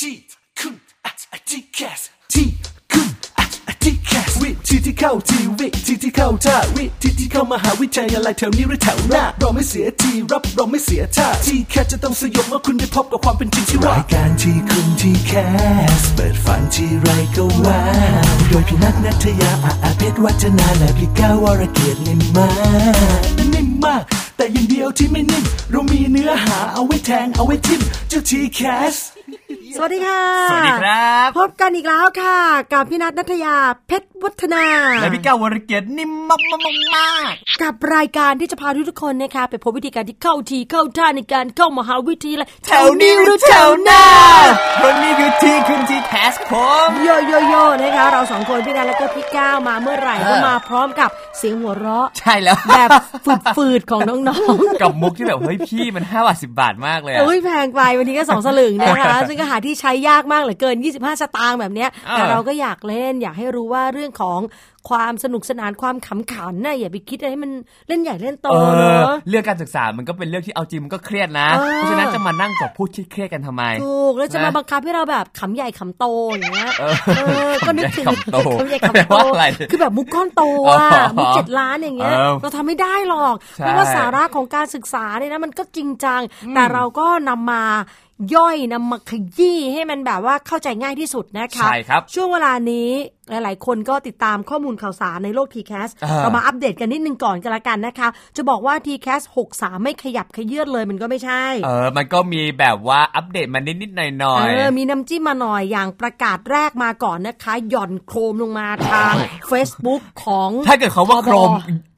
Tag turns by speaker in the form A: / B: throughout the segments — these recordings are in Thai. A: ที่คุณอาที่แคสที่คุณอาที่แคสวิธีที่เข้าทีวิธีที่เข้าท่าวิธีที่เข้ามหาวิทยาลัยแถวนี้หรือแถวหน้าเราไม่เสียทีรับเราไม่เสียท่าที่แคสจะต้องสยบเมื่อคุณได้พบกับความเป็นจริงที่ว่ารายการที่คุณที่แคสเปิดฝันที่ไรก็ว่า โดยพี่นัทนัทยาอาอาเพชรวัฒนาและพี่ก้าววรเกียรตินิ่มมากนิ่มมาก แต่อย่างเดียวที่ไม่นิ่มเรามีเนื้อหาเอาไว้แทงเอาไว้ทิมเจ้าทีแคส
B: สวัสดีค่ะ
C: สวัสดีครับ
B: พบกันอีกแล้วค่ะ กับพี่นัทนัทยาเพชรวัฒนา
C: และพี่ก้าววรเกียรตินิ่มมากมากมาก
B: กับรายการที่จะพาทุกๆคนนะคะไปพบวิธีการที่เข้าทีเข้าท่าในการเข้ามหาวิทยาลัย
C: ๆแถวนี้หรือแถวหน้าคนนี้คือทีคุณทีแคสผม
B: โยโยโยนะคะ เราสองคนพี่นัทแล้วก็พี่ก้าวมาเมื่อไหร่ก็มาพร้อมกับเสียงหัวเราะ
C: ใช่แล้ว
B: แบบฝืดๆของน้องๆ
C: กับมุก ที่แบบเฮ้ยพี่มัน5บาท10 บาทมากเลยอะ
B: โอ้ยแพงไปวันนี้ก็สองสลึงนะคะ ซึ่งก็หาที่ใช้ยากมากเหลือเกิน 25 สตางค์แบบเนี้ย
C: เออ
B: แต่เราก็อยากเล่น อยากให้รู้ว่าเรื่องของความสนุกสนานความขำขันน่ะอย่าไปคิดอะไรให้มันเล่นใหญ่เล่นโต
C: เอ
B: เน
C: อ
B: อะ
C: เรื่องการศึกษามันก็เป็นเรื่องที่เอาจริงมันก็เครียดนะ
B: เออ
C: เพราะฉะนั้นจะมานั่งกอบพูดที่เครียดกันทำไม
B: ถูกแล้วจะมา
C: นะ
B: บังคับให้เราแบบขำใหญ่ขำโตอย่างเงี้ย
C: เออ
B: เออก็นึกถึง
C: ขำใหญ่ขำโต
B: ขำใหญ่ขำ
C: แปล
B: โต
C: ว่าอะไร
B: คือแบบมุกก้อนโต
C: อ๋
B: อ่ะ
C: อ
B: มุกเจ็ดล้านอย่างเงี้ย
C: เออ
B: เราทำไม่ได้หรอก
C: ใช่
B: เพราะว่าสาระของการศึกษาเนี่ยนะมันก็จริงจัง แต่เราก็นำมาย่อยนำมาขยี้ให้มันแบบว่าเข้าใจง่ายที่สุดนะคะ
C: ใช่ครับ
B: ช่วงเวลานี้หลาย ๆ คนก็ติดตามข้อมูลข่าวสารในโลก t c a s ส
C: เออ
B: เรามาอัปเดตกันนิดนึงก่อนกันละกันนะคะ จะบอกว่า t c a s 63 ไม่ขยับขยื่นเลยมันก็ไม่ใช่
C: เออมันก็มีแบบว่าอัปเดตมานิดนิดๆหน่อยหน่อย
B: เออ มีน้ำจิ้มมาหน่อยอย่างประกาศแรกมาก่อนนะคะ หย่อนโครมลงมา ทาง Facebook ของ
C: ถ้าเกิดเขาว่า
B: ทบ
C: โครม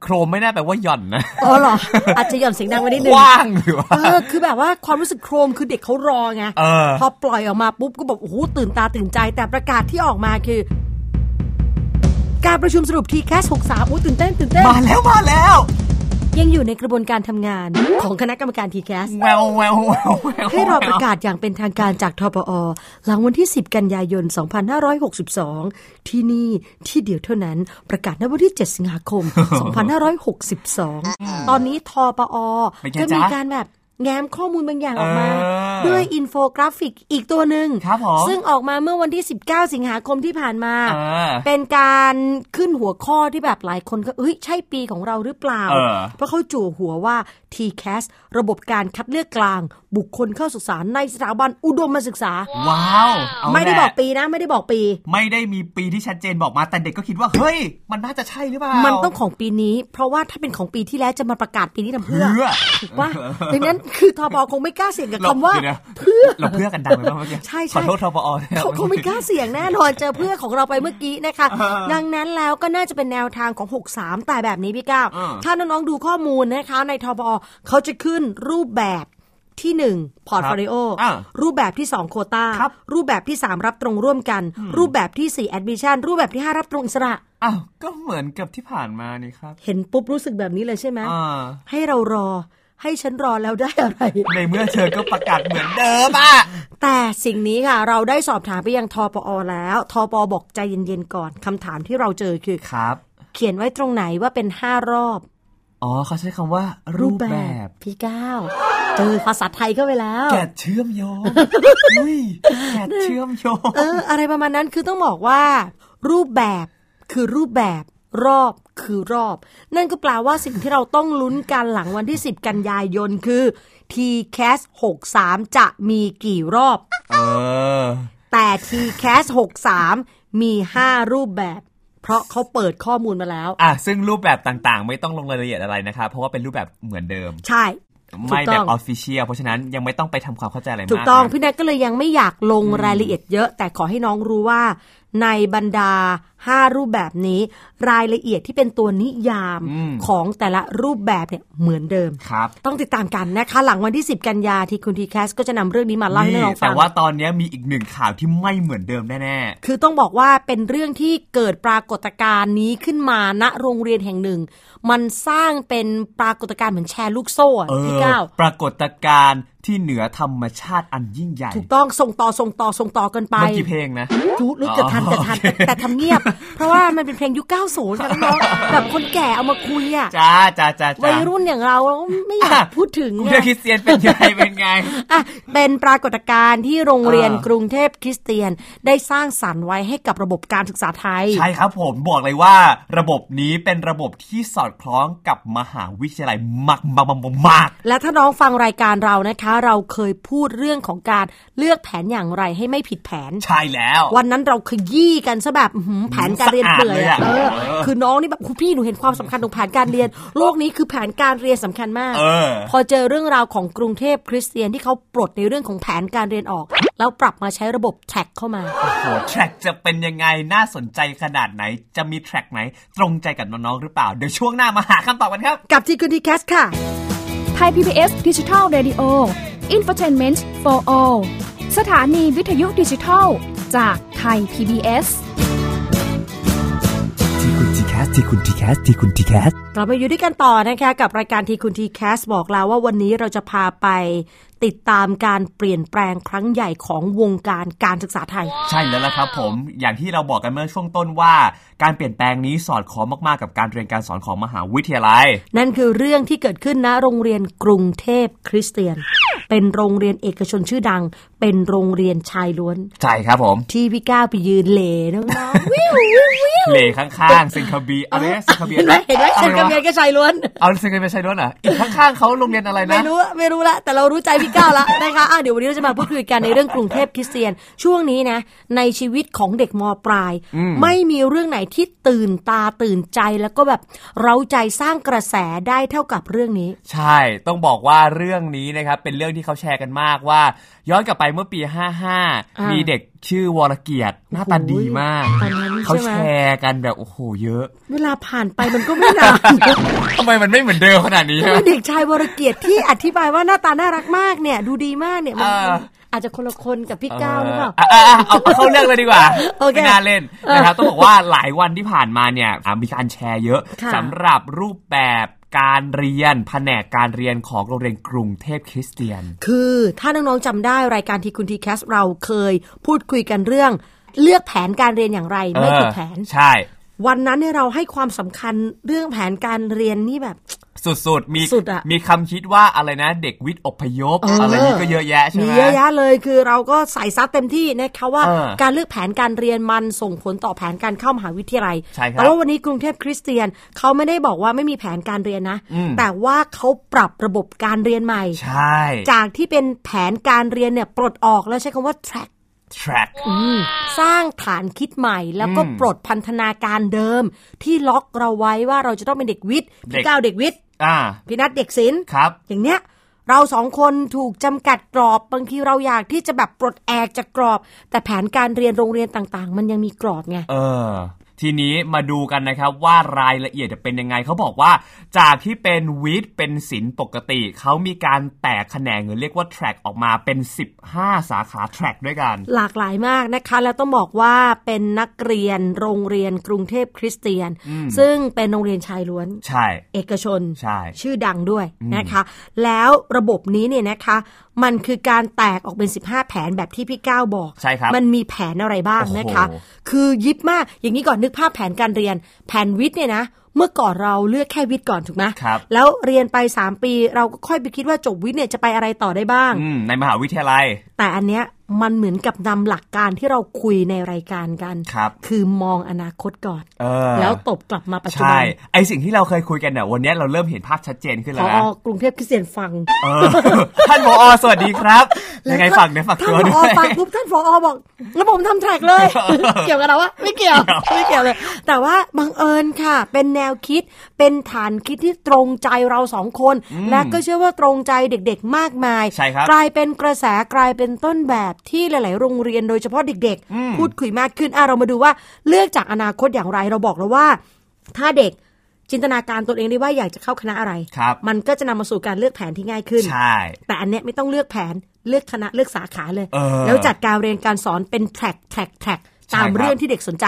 C: โครมไม่น่าแปลว่าหย่อนนะ
B: อ๋อเหรอ อาจจะหย่อนเสียงดังไปนิดนึ
C: ก
B: ง
C: ว้างหรือว่า
B: เออ คือแบบว่าความรู้สึกโครมคือเด็กเขารอไง
C: เออ
B: พอปล่อยออกมาปุ๊บก็บอกโอ้โหตื่นตาตื่นใจแต่ประกาศที่ออกมาคือ การประชุมสรุปทีแคส63อุ้ยตื่นเต้นตื่นเต้น
C: มาแล้วมาแล้ว
B: ยังอยู่ในกระบวนการทำงานของคณะกรรมการทีแคส
C: แววแววแววแวว
B: ให้รอประกาศอย่างเป็นทางการจากทปอ หลังวันที่ 10 กันยายน 2562 ที่นี่ที่เดียวเท่านั้น ประกาศในวันที่ 7 สิงหาคม 2562 ตอนนี้ทปอ
C: เป็นไง
B: ก็มี
C: จ๊ะ
B: การแบบแง้มข้อมูลบางอย่างออกมา
C: เออ
B: ด้วยอินโฟกราฟิกอีกตัวหนึ่ง
C: ครับผม
B: ซึ่งออกมาเมื่อวันที่ 19 สิงหาคมที่ผ่านมา
C: เออ
B: เป็นการขึ้นหัวข้อที่แบบหลายคนก็เอ้ยใช่ปีของเราหรือเปล่า
C: เออ
B: เพราะเขาจู่วหัวว่า TCAS ระบบการคัดเลือกกลาง บุคคลเข้าศึกษาในสถาบันอุดมศึกษา
C: ว้าวเอา
B: ไม่ได้
C: แห
B: บ
C: ละ
B: อกปีนะ ไม่ได้บอกปี
C: ไม่ได้มีปีที่ชัดเจนบอกมาแต่เด็กก็คิดว่า เฮ้ย มันน่าจะใช่หรือเปล่า
B: มั
C: มัน
B: ต้องของปีนี้ เพราะว่าถ้าเป็นของปีที่แล้วจะมาประกาศปีนี้ทำเพื่อ
C: เพื่อ
B: ถูกปะดังนั้นคือทบคงไม่กล้าเสี่ยงกับคำว่า
C: เดี๋ยเพื่อเราเพื่อกันดังไปบ้างเมื่อกี้
B: ใช่ใช่
C: ขอโทษทปอ
B: เขาคงไม่กล้าเสี่ยงแน่นอนเจอเพื่อนของเราไปเมื่อกี้นะคะ
C: เออ
B: ดังนั้นแล้วก็น่าจะเป็นแนวทางของ 63 แต่แบบนี้พี่ก้าว
C: เออ
B: ถ้าน้องๆดูข้อมูลนะคะ ในทบอเขาจะขึ้นรูปแบบที่ 1 พอร์ตโฟลิโอ
C: อ่ะ
B: รูปแบบที่ 2 โคตา
C: ครับ
B: รูปแบบที่ 3 รับตรงร่วมกัน รูปแบบที่ 4 แอดมิชชั่นรูปแบบที่ 5 รับตรงอิสระ
C: อ้าวก็เหมือนกับที่ผ่านมานี่ครับ
B: เห็นปุ๊บรู้สึกแบบนี้เลยใช่ไหม
C: อ่า
B: ให้เรารอให้ฉันรอแล้วได้อะไร
C: ในเมื่อเธอก็ประกาศเหมือนเดิมอ่ะ
B: แต่สิ่งนี้ค่ะ เราได้สอบถามไปยังทปอแล้วทปอบอกใจเย็นๆก่อนคำถามที่เราเจอคือ
C: ครับ
B: เขียนไว้ตรงไหนว่าเป็นห้ารอบ
C: อ๋อเขาใช้คำว่า รูปแบบ
B: พี่ก้าวเจอภาษาไทยเข้าไปแล้ว
C: แกะเชื่อมโยงอุ้ยแกะเชื่อมโยง
B: เออ อะไรประมาณนั้นคือต้องบอกว่า รูปแบบคือรูปแบบ รอบคือรอบ นั่นก็แปลว่าสิ่งที่เราต้องลุ้นกันหลังวันที่ 10 กันยายนคือ TCAS 63 จะมีกี่รอบ
C: เออ
B: แต่ TCAS 63 มี 5 รูปแบบ เพราะเขาเปิดข้อมูลมาแล้ว
C: อ่ะซึ่งรูปแบบต่างๆ ไม่ต้องลงรายละเอียดอะไรนะครับเพราะว่าเป็นรูปแบบเหมือนเดิม
B: ใช่
C: ไม่
B: ถูกต้
C: แบ
B: อบ ง
C: ออฟฟิเชียลเพราะฉะนั้นยังไม่ต้องไปทำความเข้าใจอะไรมาก
B: ถูกต้อง
C: นะ
B: พี่แนทก็เลยยังไม่อยากลงรายละเอียดเยอะ แต่ขอให้น้องรู้ว่า ในบรรดา 5 รูปแบบนี้ รายละเอียดที่เป็นตัวนิยาม
C: อืม
B: ของแต่ละรูปแบบเนี่ยเหมือนเดิม
C: ครับ
B: ต้องติดตามกันนะคะ หลังวันที่ 10 กันยาที่คุณทีแคสก็จะนำเรื่องนี้มาเล่าให้น้องฟั
C: แต่
B: ง
C: ว่าตอนเนี้ยมีอีกหนึ่งข่าวที่ไม่เหมือนเดิมแน่
B: คือต้องบอกว่าเป็นเรื่องที่เกิดปรากฏการณ์นี้ขึ้นมาณโรงเรียนแห่งหนึ่ง มันสร้างเป็นปรากฏการณ์เหมือนแชร์ลูกโซ่อะ
C: ๆ เอ
B: พี่
C: อ
B: ก้าว
C: ปรากฏการณ์ ที่เหนือธรรมชาติอันยิ่งใหญ่
B: ถูกต้องส่งต่อส่งต่อส่งต่อกันไป
C: มันกี่เพลงนะ
B: รู้รู้เกือบทันแต่ทันแต่แต่ทำเงียบ เพราะว่ามันเป็นเพลงยุค 90ค่ะน้องๆแบบคนแก่เอามาคุยอ่ะ
C: จ้าจ้าจ้า
B: วั
C: จ้าย
B: รุ่นอย่างเราไม่อยากพูดถึง
C: คุณ
B: ไง
C: เดคริสเตียนเป็นไงเป็นไง
B: อ่ะเป็นปรากฏการณ์ที่โรงเรียน
C: อ่า
B: กรุงเทพคริสเตียนได้สร้างสรรค์ไว้ให้กับระบบการศึกษาไทย
C: ใช่ครับผมบอกเลยว่าระบบนี้เป็นระบบที่สอดคล้องกับมหาวิทยาลัยมากมากมากมาก
B: และถ้าน้องฟังรายการเรานะคะ เราเคยพูดเรื่องของการเลือกแผนอย่างไรให้ไม่ผิดแผน
C: ใช่แล้ว
B: วันนั้นเราขยี้กันซะแบบอื้อหือแผนการเรียนเปื่อยอะ
C: สะอาด
B: เอ
C: เลย
B: อ
C: อะ
B: คือน้องนี่แบบคุณพี่หนูเห็นความสำคัญของแผนการเรียน โลกนี้คือแผนการเรียนสำคัญมาก
C: เออ
B: พอเจอเรื่องราวของกรุงเทพคริสเตียนที่เขาปลดในเรื่องของแผนการเรียนออก แล้วปรับมาใช้ระบบแทร็กเข้ามา
C: โอ้โหแทร็กจะเป็นยังไงน่าสนใจขนาดไหน จะมีแทร็กไหน ตรงใจกับน้องๆหรือเปล่า เดี๋ยวช่วงหน้ามาหาคำตอบกันครับ
B: กับจีคุณทีแคสค่ะ
D: ไทย PBS Digital Radio Infotainment for All สถานีวิทยุดิจิทัล จากไทย PBS
A: ทีคุณทีแคสทีคุณทีแคสทีคุณทีแคส
B: กลับมาอยู่ด้วยกันต่อนะคะกับรายการทีคุณทีแคสบอกแล้วว่าวันนี้เราจะพาไป ติดตามการเปลี่ยนแปลงครั้งใหญ่ของวงการการศึกษาไทย
C: ใช่แล้วล่ะครับผมอย่างที่เราบอกกันเมื่อช่วงต้นว่า การเปลี่ยนแปลงนี้สอดคล้องมากๆกับการเรียนการสอนของมหาวิทยาลัย
B: นั่นคือเรื่องที่เกิดขึ้นณโรงเรียนกรุงเทพคริสเตียน เป็นโรงเรียนเอกชนชื่อดัง เป็นโรงเรียนชายล้วน
C: ใช่ครับผม
B: ที่พี่ก้าวไปยืนเหลน้องๆ วิววิววิว
C: เลข้างๆเซนคาบีอะไรนะเซนคาบี
B: เห็นไหมเห็นไหมเห็นกำเนียนก็ชายล้วน
C: เอาเซนคาบีใช่ด้วยเหรออีกข้างๆเขาโรงเรียนอะไร
B: ไม่
C: นะ
B: รู้ไม่รู้ละแต่เรารู้ใจพี่ก้าวละ นะคะอ่ะเดี๋ยววันนี้เราจะมาพูดคุยกันในเรื่องกรุงเทพคริสเตียน ช่วงนี้นะ ในชีวิตของเด็กมปลาย ไม่มีเรื่องไหนที่ตื่นตาตื่นใจแล้วก็แบบเร้าใจสร้างกระแสได้เท่ากับเรื่องนี้
C: ใช่ ต้องบอกว่าเรื่องนี้นะครับ เป็นเรื่องที่เขาแชร์กันมากว่า ย้อนกลับไปเมื่อปี 55 มีเด็กชื่อวรเกียรติหน้าตาดีมาก
B: ตอนนั้น
C: เขา
B: ใช่ไหม
C: แชร์กันแบบ โอ้โห เยอะ
B: เวลาผ่านไปมันก็ไม่น าน
C: ทำไมมันไม่เหมือนเดิมขนาดนี้
B: เพ
C: ใช่
B: ราะว่า
C: ไหม
B: เด็กชายวรเกียรติที่อธิบายว่าหน้าตาน่ารักมากเนี่ย ดูดีมากเนี่ยมัน
C: เออ
B: อาจจะคนละคนกับพี่ก้าวหรือเปล่า
C: อ่ะอ่ะอ่ะเอาเข้าเรื่องเลยดีกว่า
B: โอเค
C: ไม่น่าเล่นนะครับต้องบอกว่าหลายวันที่ผ่านมาเนี่ยอ่ะมีการแชร์เยอะ
B: ค่ะ
C: สำหรับรูปแบบการเรียนแผนกการเรียนของโรงเรียนกรุงเทพคริสเตียน
B: คือถ้าน้องๆจำได้รายการทีคุณทีแคสเราเคยพูดคุยกันเรื่อง เลือกแผนการเรียนอย่างไรไม่ผิดแผน
C: เออใช่
B: วันนั้นเนี่ยเราให้ความสำคัญเรื่องแผนการเรียนนี่แบบ
C: สุดๆ มี
B: สุดอะ
C: มีคำคิดว่าอะไรนะ เด็กวิทย์อพยพ อะไรนี่ก็เยอะแยะใช่
B: มี
C: ไหม
B: เยอะแยะเลยคือเราก็ใส่ซัดเต็มที่นะคะว่า
C: เออ
B: การเลือกแผนการเรียนมันส่งผลต่อแผนการเข้ามหาวิทยาลัย
C: ใช่ครับ
B: แต่ว่าวันนี้กรุงเทพคริสเตียนเขาไม่ได้บอกว่าไม่มีแผนการเรียนนะ
C: อืม
B: แต่ว่าเขาปรับระบบการเรียนใหม่
C: ใช่
B: จากที่เป็นแผนการเรียนเนี่ยปลดออกแล้วใช้คำว่า track
C: แทร็ก
B: อืมสร้างฐานคิดใหม่แล้วก็
C: อืม
B: ปลดพันธนาการเดิม ที่ล็อกเราไว้ว่าเราจะต้องเป็นเด็กวิทย์
C: เด็
B: พี่
C: ก
B: ก้าวเด็กวิทย์
C: อ่า
B: พี่นัทเด็กศิลป์
C: ครับ
B: อย่างเนี้ยเราสองคนถูกจำกัดกรอบบางทีเราอยากที่จะแบบปลดแอกจากกรอบ แต่แผนการเรียนโรงเรียนต่างๆ มันยังมีกรอบไง
C: เออ ทีนี้มาดูกันนะครับว่ารายละเอียดจะเป็นยังไง เขาบอกว่า จากที่เป็นวิทย์เป็นศิลป์ปกติ เขามีการแตกแขนงหรือเรียกว่าแทร็กออกมาเป็น 15 สาขาแทร็กด้วยกัน
B: หลากหลายมากนะคะ แล้วต้องบอกว่าเป็นนักเรียนโรงเรียนกรุงเทพคริสเตียน ซึ่งเป็นโรงเรียนชายล้วน
C: ใช่
B: เอกชน
C: ใช่
B: ชื่อดังด้วยนะคะ แล้วระบบนี้เนี่ยนะคะ มันคือการแตกออกเป็น 15 แผนแบบที่พี่ก้าวบอก
C: ใช่ครับ
B: มันมีแผนอะไรบ้างนะคะ
C: โอ้โห
B: คือยิบมากอย่างนี้ก่อนนึกภาพแผนการเรียน แผนวิทย์เนี่ยนะ เมื่อก่อนเราเลือกแค่วิทย์ก่อนถูกไหม
C: ครับ
B: แล้วเรียนไป 3 ปี เราก็ค่อยไปคิดว่าจบวิทย์เนี่ยจะไปอะไรต่อได้บ้าง
C: อืม ในมหาวิทยาลัย
B: แต่อันเนี้ยมันเหมือนกับนำหลักการที่เราคุยในรายการกัน
C: ครับ
B: อมองอนาคตก่อน
C: เออ
B: แล้วตบกลับมาปัจจุบั
C: ใช่
B: น
C: ไอสิ่งที่เราเคยคุยกันเนี่ยวันนี้เราเริ่มเห็นภาพชัดเจนขึ้น
B: พ
C: แล้ว
B: อ
C: นะ
B: กรุงเทพคริสเตียนฟัง
C: เออ ท่านผอสวัสดีครับยังไงฝากเนี่ยฝาก
B: ท่าน
C: ตัว
B: ผ
C: ด้
B: อ
C: วย
B: ฟังปุ๊บท่านผอบอกแล้วผมทำแทร็กเลย เกี่ยวกับเราวะไม่เกี่ยวไม่เกี่ยวเลย แต่ว่าบังเอิญค่ะ เป็นแนวคิดเป็นฐานคิดที่ตรงใจเราสองคน และก็เชื่อว่าตรงใจเด็กๆมากมาย
C: ใช่ครับ
B: กลายเป็นกระแสกลายเป็นต้นแบบที่หลาย ๆ โรงเรียนโดยเฉพาะเด็ก ๆ พูดคุยมากขึ้นอ่ะเรามาดูว่าเลือกจากอนาคตอย่างไรเราบอกแล้วว่า ถ้าเด็กจินตนาการตัวเองได้ว่าอยากจะเข้าคณะอะไร
C: ครับ
B: มันก็จะนำมาสู่การเลือกแผนที่ง่ายขึ้น
C: ใช่
B: แต่อันเนี้ยไม่ต้องเลือกแผนเลือกคณะเลือกสาขาเลย
C: เออ
B: แล้วจัดการเรียนการสอนเป็นแทร็กแทร็กแทร็ก ตาม
C: ใช่ครับ
B: เรื่องที่เด็กสนใจ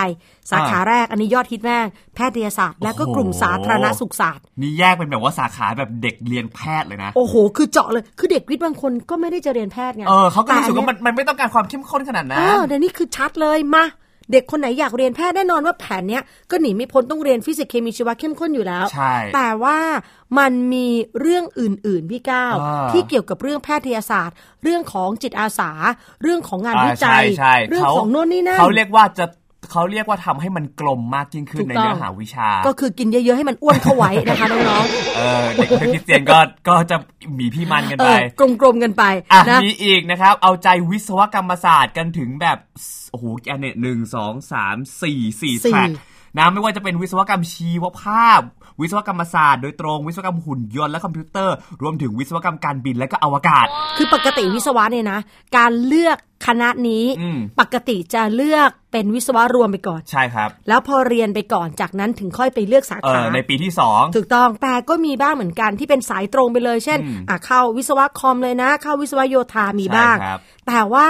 B: สาขา
C: อ่า
B: แรกอันนี้ยอดฮิตมากแพทยศาสตร์ และก็
C: โอ้โห
B: กลุ่มสาธารณสุขศาสตร์
C: นี่แยกเป็นแบบว่าสาขาแบบเด็กเรียนแพทย์เลยนะ
B: โอ้โห คือเจาะเลย คือเด็กวิทย์บางคนก็ไม่ได้จะเรียนแพทย์ไง
C: เออเขาก็รู้สึกว่า
B: แต่อั
C: มันมันไม่ต้องการความเข้มข้นขนาด
B: เอ
C: นั้น
B: อแต่นี่คือชัดเลยมา เด็กคนไหนอยากเรียนแพทย์แน่นอนว่าแผนเนี้ยก็หนีไม่พ้นต้องเรียนฟิสิกส์เคมีชีวะเข้มข้นอยู่แล้ว
C: ใช่
B: แต่ว่ามันมีเรื่องอื่น ๆ พี่ก้าว
C: อ่า
B: ที่เกี่ยวกับเรื่องแพทยศาสตร์ เรื่องของจิตอาสา เรื่องของงานวิ
C: า
B: จัย
C: ใช่
B: เรื่อง
C: ขา
B: ของโน่นนี่นั่น
C: เขาเรียกว่าจะเขาเรียกว่าทำให้มันกลมมากยิ่งขึ้
B: ถู
C: น
B: ก
C: ใน
B: ต้อง
C: เนื้อหาวิชา
B: ก็คือกินเยอะ ๆ ให้มันอ้วนเข้าไว้นะคะ น้อง
C: เออเด็กเป็นคริสเตียนก็ก็จะหมีพี่มันกัน
B: ๆเอ
C: ไป
B: อกลมๆกันไป
C: อ่ะ
B: นะ
C: มีอีกนะครับ เอาใจวิศวกรรมศาสตร์กันถึงแบบโอ้โหอันเนี่ยหนึ่งสองสามสี่สี่
B: สี่
C: แทร็กนะไม่ว่าจะเป็นวิศวกรรมชีวภาพ วิศวกรรมศาสตร์โดยตรงวิศวกรรมหุ่นยนต์และคอมพิวเตอร์ รวมถึงวิศวกรรมการบินและก็อวกาศ
B: คือปกติวิศวะเนี่ยนะ การเลือกคณะนี้
C: อืม
B: ปกติจะเลือกเป็นวิศวะรวมไปก่อน
C: ใช่ครับ
B: แล้วพอเรียนไปก่อนจากนั้นถึงค่อยไปเลือกสา
C: เอ
B: ขา
C: อในปีที่สอง
B: ถูกต้องแต่ก็มีบ้างเหมือนกันที่เป็นสายตรงไปเลย เช่นอ่ะเข้าวิศวะคอมเลยนะ เข้าวิศวะโยธามี
C: ใช่
B: บ้าง
C: ครับ
B: แต่ว่า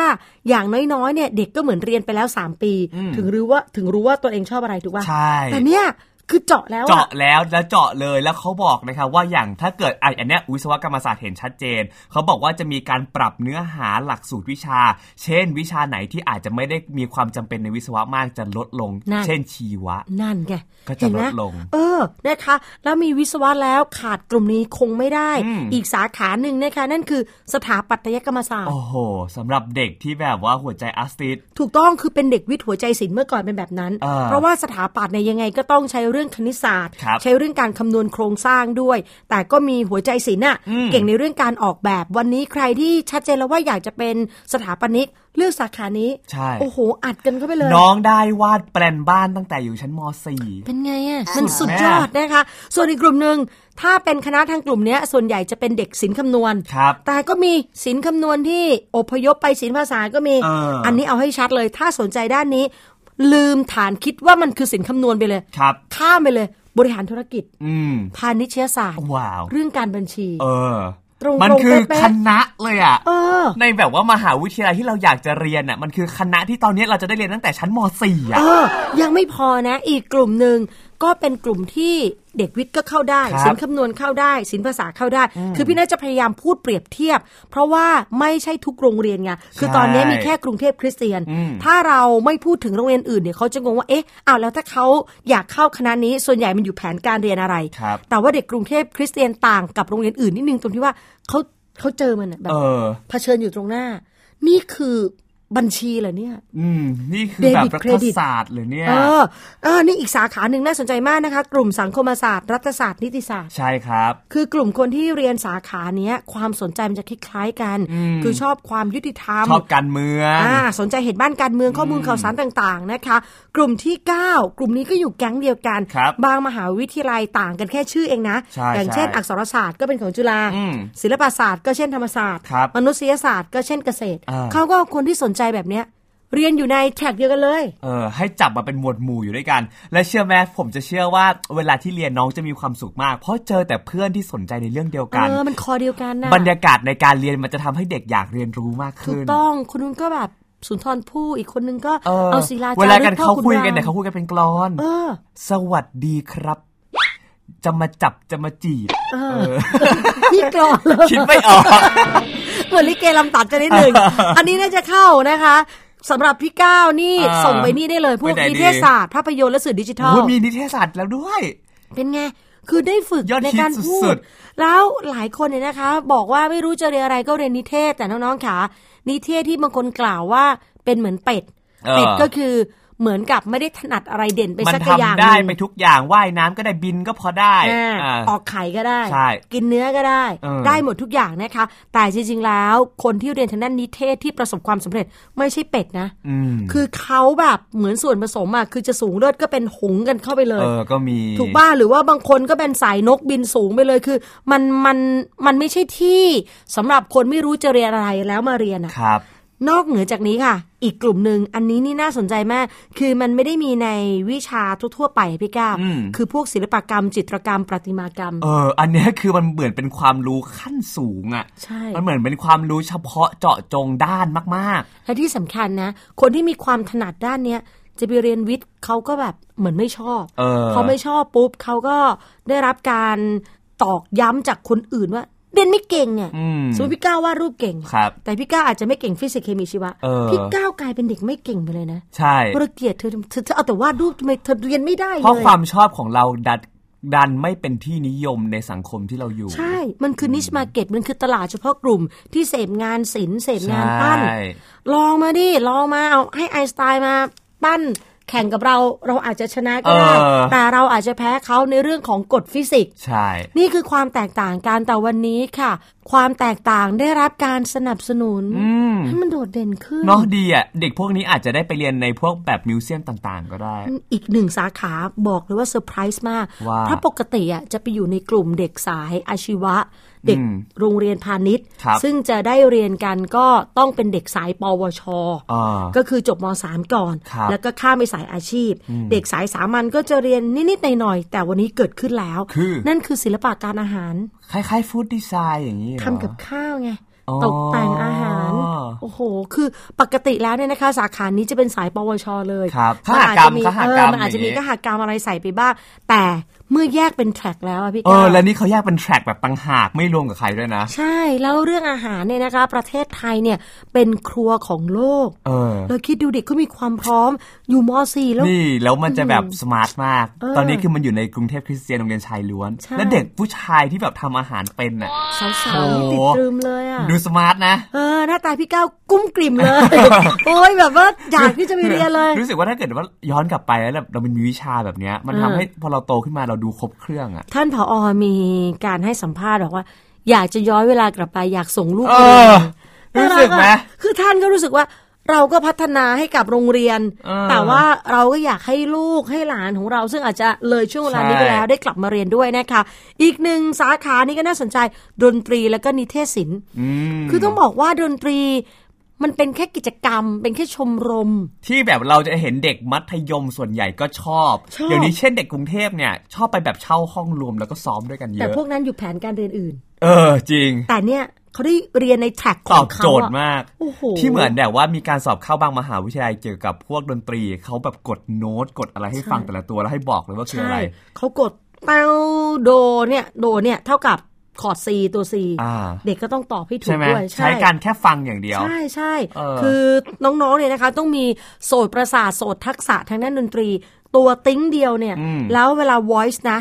B: อย่างน้อยๆเนี่ยเด็กก็เหมือนเรียนไปแล้ว 3 ปี
C: อืม
B: ถึงรู้ว่าถึงรู้ว่าตัวเองชอบอะไรถูกป่ะ
C: ใช่
B: แต่เนี่ยคือเจาะแล้วอะ
C: เจาะแล้วแล้วเจาะเลยแล้วเขาบอกนะครับว่าอย่างถ้าเกิดไอะอันเนี้ยวิศวกรรมศาสตร์เห็นชัดเจน เขาบอกว่าจะมีการปรับเนื้อหาหลักสูตรวิชา เช่น วิชาไหนที่อาจจะไม่ได้มีความจำเป็นในวิศวะมากจะลดลง
B: นั่น
C: เช่นชีวะ
B: นั่นไง
C: ก็จะ
B: เห็นไหม
C: ลดลง
B: เออนะคะ แล้วมีวิศวะแล้วขาดกลุ่มนี้คงไม่ได้
C: อืม
B: อีกสาขาหนึ่งนะคะ นั่นคือสถาปัตยกรรมศาสตร์
C: โอ้โหสำหรับเด็กที่แบบว่าหัวใจอาร์ติส
B: ถูกต้องคือเป็นเด็กวิทย์หัวใจศิลป์เมื่อก่อนเป็นแบบนั้น
C: อ่า
B: เพราะว่าสถาปัตย์เนี่ยยังไงก็ต้องใช้เรื่องคณิตศาสตร์
C: ครับ
B: ใช้เรื่องการคำนวณโครงสร้างด้วย แต่ก็มีหัวใจศิลป์อะ
C: อืม
B: เก่งในเรื่องการออกแบบวันนี้ใครที่ชัดเจนแล้วว่าอยากจะเป็นสถาปนิกเลือกสาขานี้
C: ใช่
B: โอ้โหอัดกันเข้าไปเลย
C: น้องได้วาดแปลนบ้านตั้งแต่อยู่ชั้นม .4
B: เป็นไงอ่ะ มันสุด
C: แม่
B: ยอดนะคะ ส่วนอีกกลุ่มหนึ่ง ถ้าเป็นคณะทางกลุ่มเนี้ย ส่วนใหญ่จะเป็นเด็กศิลป์คำนวณ
C: ครับ
B: แต่ก็มีศิลป์คำนวณที่อพยพไปศิลป์ภาษาก็มี
C: เอออั
B: อันนี้เอาให้ชัดเลย ถ้าสนใจด้านนี้ ลืมฐานคิดว่ามันคือศิลป์คำนวณไปเลย
C: ครับ
B: ข้ามไปเลย บริหารธุรกิจ
C: อืม
B: พาณิชยศาสตร์
C: ว้าว
B: เรื่องการบัญชี
C: เออ
B: ตรงๆ
C: มันคือ
B: เป๊ะๆ
C: คณะเลยอ่ะ
B: เออ
C: ในแบบว่ามหาวิทยาลัยที่เราอยากจะเรียนน่ะมันคือคณะที่ตอนนี้เราจะได้เรียนตั้งแต่ชั้นม .4 อ่ะ
B: เออยังไม่พอนะ อีกกลุ่มหนึ่งก็เป็นกลุ่มที่เด็กวิทย์ก็เข้าได้
C: ครับ
B: ศิลป์คำนวณเข้าได้ศิลป์ภาษาเข้าได้ คือพี่น่าจะพยายามพูดเปรียบเทียบ เพราะว่าไม่ใช่ทุกโรงเรียนไงคือตอนนี้มีแค่กรุงเทพคริสเตียน
C: อืม
B: ถ้าเราไม่พูดถึงโรงเรียนอื่นเดี๋ยวเขาจะงงว่าเอ๊ะอ้าวแล้วถ้าเขาอยากเข้าคณะนี้ส่วนใหญ่มันอยู่แผนการเรียนอะไร
C: ครับ
B: แต่ว่าเด็กกรุงเทพคริสเตียนต่างกับโรงเรียนอื่นนิดนึงตรงที่ว่าเขาเขาเจอมันอะแบบ
C: เออ
B: เผชิญอยู่ตรงหน้า นี่คือบัญชีเหรอเนี่ย
C: อืม นี่คือ
B: เด
C: แบบ
B: บิต
C: รั
B: เคร
C: ฐ
B: ดิต
C: ศาสตร์เลยเนี่ย
B: เออเออนี่อีกสาขาหนึ่งน่าสนใจมากนะคะ กลุ่มสังคมศาสตร์ รัฐศาสตร์นิติศาสตร์
C: ใช่ครับ
B: คือกลุ่มคนที่เรียนสาขาเนี้ย ความสนใจมันจะคล้ายๆกัน
C: อืม
B: คือชอบความยุติธรรม
C: ชอบการเมือง
B: อ่าสนใจเหตุบ้านการเมืองข้อมูลข่าวสารต่างๆนะคะ กลุ่มที่ 9 กลุ่มนี้ก็อยู่แก๊งเดียวกัน
C: ครับ
B: งมหาวิทยาลัยต่างกันแค่ชื่อเองนะ
C: ใช่
B: อย่างเช่น
C: ใช่
B: อักษรศาสตร์ก็เป็นของจุฬา
C: อืม
B: ศิลปศาสตร์ก็เช่นธรรมศาสตร์
C: ครับ
B: มนุษยศาสตร์ก็เช่นเกษตร
C: อ่า
B: เขาก็เอาคนที่สนใจแบบเนี้ยเรียนอยู่ในแทร็กเดียวกันเลย
C: เออ ให้จับมาเป็นหมวดหมู่อยู่ด้วยกัน และเชื่อไหมผมจะเชื่อว่าเวลาที่เรียนน้องจะมีความสุขมาก เพราะเจอแต่เพื่อนที่สนใจในเรื่องเดียวกัน
B: เออ มันคอเดียวกันนะ
C: บรรยากาศในการเรียนมันจะทำให้เด็กอยากเรียนรู้มาก
B: ถูก
C: ขึ้น
B: ต้อง คนนึงก็แบบสุนทรภู่อีกคนนึงก็
C: เออ
B: เอาศิลาจารึ
C: เวลากัน
B: พ่อ
C: เขาคุย
B: ขุร
C: กันเนี่ยเขาคุยกันเป็นกลอน
B: เออ
C: สวัสดีครับ จะมาจับจะมาจีบ
B: เออ พี่กรอนเลย
C: คิดไม่ออก
B: เหมือนลิเกลำตัดจะนิด หนึ่ง อันนี้น่าจะเข้านะคะสำหรับพี่ก้าวนี่
C: อ่า
B: ส่งไปนี่ได้เลย พวก
C: ไปไหนดี
B: นิเทศศาสตร์ภาพยนตร์และสื่อดิจิทัล
C: โอ้ยมีนิเทศศาสตร์แล้วด้วย
B: เป็นไง คือได้ฝึก
C: ยอด
B: ใน
C: ฮิต
B: การพู
C: สุ
B: ด
C: ด
B: แล้วหลายคนเนี่ยนะคะ บอกว่าไม่รู้จะเรียนอะไรก็เรียนนิเทศ แต่น้องๆค่ะนิเทศที่บางคนกล่าวว่าเป็นเหมือนเป็ด
C: เออ
B: เป็ดก็คือเหมือนกับไม่ได้ถนัดอะไรเด่นไป
C: มั
B: สัก
C: ทำ
B: อย่าง
C: ได้
B: หนึ่ง
C: ไปทุกอย่างว่ายน้ำก็ได้บินก็พอได้
B: อ่า
C: อ่า
B: ออกไข่ก็ได้
C: ใช่
B: กินเนื้อก็ได้
C: เออ
B: ได้หมดทุกอย่างนะคะ แต่จริงๆแล้วคนที่เรียนทางด้านนิเทศที่ประสบความสำเร็จไม่ใช่เป็ดนะ
C: อืม
B: คือเขาแบบเหมือนส่วนผสมอะคือจะสูงเลือดก็เป็นหงส์กันเข้าไปเล
C: เอย อก็มี
B: ถูกบ้าหรือว่าบางคนก็เป็นสายนกบินสูงไปเลยคือ มันมันมันไม่ใช่ที่สำหรับคนไม่รู้จะเรียนอะไรแล้วมาเรียนอะ
C: ครับ
B: นอกเหนือจากนี้ค่ะ อีกกลุ่มหนึ่งอันนี้นี่น่าสนใจมาก คือมันไม่ได้มีในวิชาทั่วๆไปพี่ก้าว
C: อืม
B: คือพวกศิลปกรรม จิตรกรรม ประติมากรรม
C: เออ อันเนี้ยคือมันเหมือนเป็นความรู้ขั้นสูงอะ่ะ
B: ใช่
C: มันเหมือนเป็นความรู้เฉพาะเจาะจงด้านมาก
B: และที่สำคัญนะ คนที่มีความถนัดด้านเนี้ย จะไปเรียนวิทย์เขาก็แบบเหมือนไม่ชอบ
C: เออ
B: พอไม่ชอบปุ๊บเขาก็ได้รับการตอกย้ำจากคนอื่นว่าเรียนไม่เก่งเนี่ย
C: อืม
B: สมมติพี่ก้าววาดรูปเก่ง
C: ครับ
B: แต่พี่ก้าวอาจจะไม่เก่งฟิสิกส์เคมีชีวะ
C: เออ
B: พี่ก้าวกลายเป็นเด็กไม่เก่งไปเลยนะ
C: ใช่
B: ประเกลียดเธอเธอเธอเอาแต่วาดรูปทำไมเธอเรียนไม่ได้เลย
C: เพราะความชอบของเราดัดดันไม่เป็นที่นิยมในสังคมที่เราอยู่
B: ใช่ มันคือนิชมาเก็ตมันคือตลาดเฉพาะกลุ่ม ที่เสพงานศิลป์เสพงานปั้น
C: ใช่
B: ลองมาดิ ลองมาเอาให้ไอน์สไตน์มาปั้น แข่งกับเราเราอาจจะชนะก็ได้
C: เออ
B: แต่เราอาจจะแพ้เขาในเรื่องของกฎฟิสิกส์
C: ใช่
B: นี่คือความแตกต่างการแต่วันนี้ค่ะ ความแตกต่างได้รับการสนับสนุน
C: ม
B: ให้มันโดดเด่นขึ้น
C: เนาะดีอ่ะ เด็กพวกนี้อาจจะได้ไปเรียนในพวกแบบมิวเซียมต่างๆ ก็ได้
B: อีกหนึ่งสาขาบอกเลยว่าเซอร์ไพรส์มาก
C: ว่า
B: เพราะปกติอ่ะจะไปอยู่ในกลุ่มเด็กสายอาชีวะ เด็ก
C: อืม
B: โรงเรียนพาณิชย์
C: ครับ
B: ซึ่งจะได้เรียนกันก็ต้องเป็นเด็กสายปวช
C: อ่า
B: ก็คือจบม .3 ก่อน
C: ครับ
B: แล้วก็ข้ามไปสายอาชีพ เด็กสายสามัญก็จะเรียนนิด ๆ หน่อย ๆ แต่วันนี้เกิดขึ้นแล้ว
C: คือ
B: นั่นคือศิลปะการอาหาร
C: คล้ายๆฟู้ดดีไซน์อย่างนี้เหรอ
B: ทำกับข้าวไง
C: อ๋อ
B: ตกแต่งอาหาร โอ้โห คือปกติแล้วเนี่ยนะคะ สาขานี้จะเป็นสายปวช เลย
C: ครับ
B: มันอาจ
C: ค
B: จะ
C: ห
B: มี
C: กรรมค
B: เอ
C: ห
B: ก
C: ร
B: อ
C: รม
B: มันอาจจะมี
C: ย่ง
B: ก
C: งี้
B: หากรรมอะไรใส่ไปบ้าง แต่เมื่อแยกเป็นแทร็กแล้วอะพี่
C: เอ
B: ก้า
C: อ
B: ว
C: แล้วนี่เขาแยกเป็นแทร็กแบบต่างหากไม่รวมกับใครด้วยนะ
B: ใช่ แล้วเรื่องอาหารเนี่ยนะคะ ประเทศไทยเนี่ยเป็นครัวของโลก
C: เออ
B: เราคิดดูเด็กก็มีความพร้อมอยู่ม .4 แล้ว
C: นี่แล้วมันจะแบบสมาร์ทมาก
B: เออ
C: ตอนนี้คือมันอยู่ในกรุงเทพคริสเตียนโรงเรียนชายล้วน
B: ใช่
C: และเด็กผู้ชายที่แบบทำอาหารเป็นอ่ะ
B: สาวๆนี่ติดตรึมเลยอะ
C: ดูสมาร์ทนะ
B: เออหน้าตาพี่ก้าวกุ้มกลิ่มเลย โอ้ยแบบว่าอยากที่จะไปเรียนเลย
C: รู้สึกว่าถ้าเกิดว่าย้อนกลับไปแล้วแบบเราเป็นมีวิชาแบบเนี้ย มันทำให้พอเราโตขึ้นมาเราดูครบเครื่องอ่ะ
B: ท่านผอ มีการให้สัมภาษณ์บอกว่า อยากจะย้อนเวลากลับไปอยากส่งลูก
C: เออ
B: ไปเรียน
C: รู้สึกไหม
B: น่าอะคือท่านก็รู้สึกว่าเราก็พัฒนาให้กับโรงเรียน
C: เออ
B: แต่ว่าเราก็อยากให้ลูกให้หลานของเรา ซึ่งอาจจะเลยช่วงเวลานี้ไปแล้ว
C: ใช่
B: ได้กลับมาเรียนด้วยนะคะ อีกหนึ่งสาขานี้ก็น่าสนใจดนตรีแล้วก็นิเทศศิลป์คือต้องบอกว่าดนตรี มันเป็นแค่กิจกรรม เป็นแค่ชมรม
C: ที่แบบเราจะเห็นเด็กมัธยมส่วนใหญ่ก็ชอบ
B: ชอบ
C: เดี๋ยวนี้เช่นเด็กกรุงเทพเนี่ย ชอบไปแบบเช่าห้องรวมแล้วก็ซ้อมด้วยกันเย
B: แต่
C: อะ
B: พวกนั้นอยู่แผนการเรียนอื่น
C: เออจริง
B: แต่เนี่ยเขาได้เรียนในแทร็กข
C: ต
B: อ
C: อง บ
B: เขา
C: โจทย์
B: อะ
C: มาก
B: โอ้โห
C: ที่เหมือนแบบว่ามีการสอบเข้าบางมหาวิทยาลัยเกี่ยวกับพวกดนตรี เขาแบบกดโน้ตกดอะไรให้ฟังแต่ละตัวแล้วให้บอกเลยว่าคืออะไร
B: เขากดเต้าโดเนี่ย โดเนี่ย เท่ากับคอร์ดซีตัวซี
C: อ่า
B: เด็กก็ต้องตอบให้ถูก
C: ใช่ไหม
B: ด้วย
C: ใช้การแค่ฟังอย่างเดียว
B: ใช่ใช่
C: เออ
B: คือน้องๆเนี่ยนะคะ ต้องมีโสตประสาทโสตทักษะทางด้านดนตรี ตัวติ้งเดียวเนี่ย แล้วเวลา voice นะ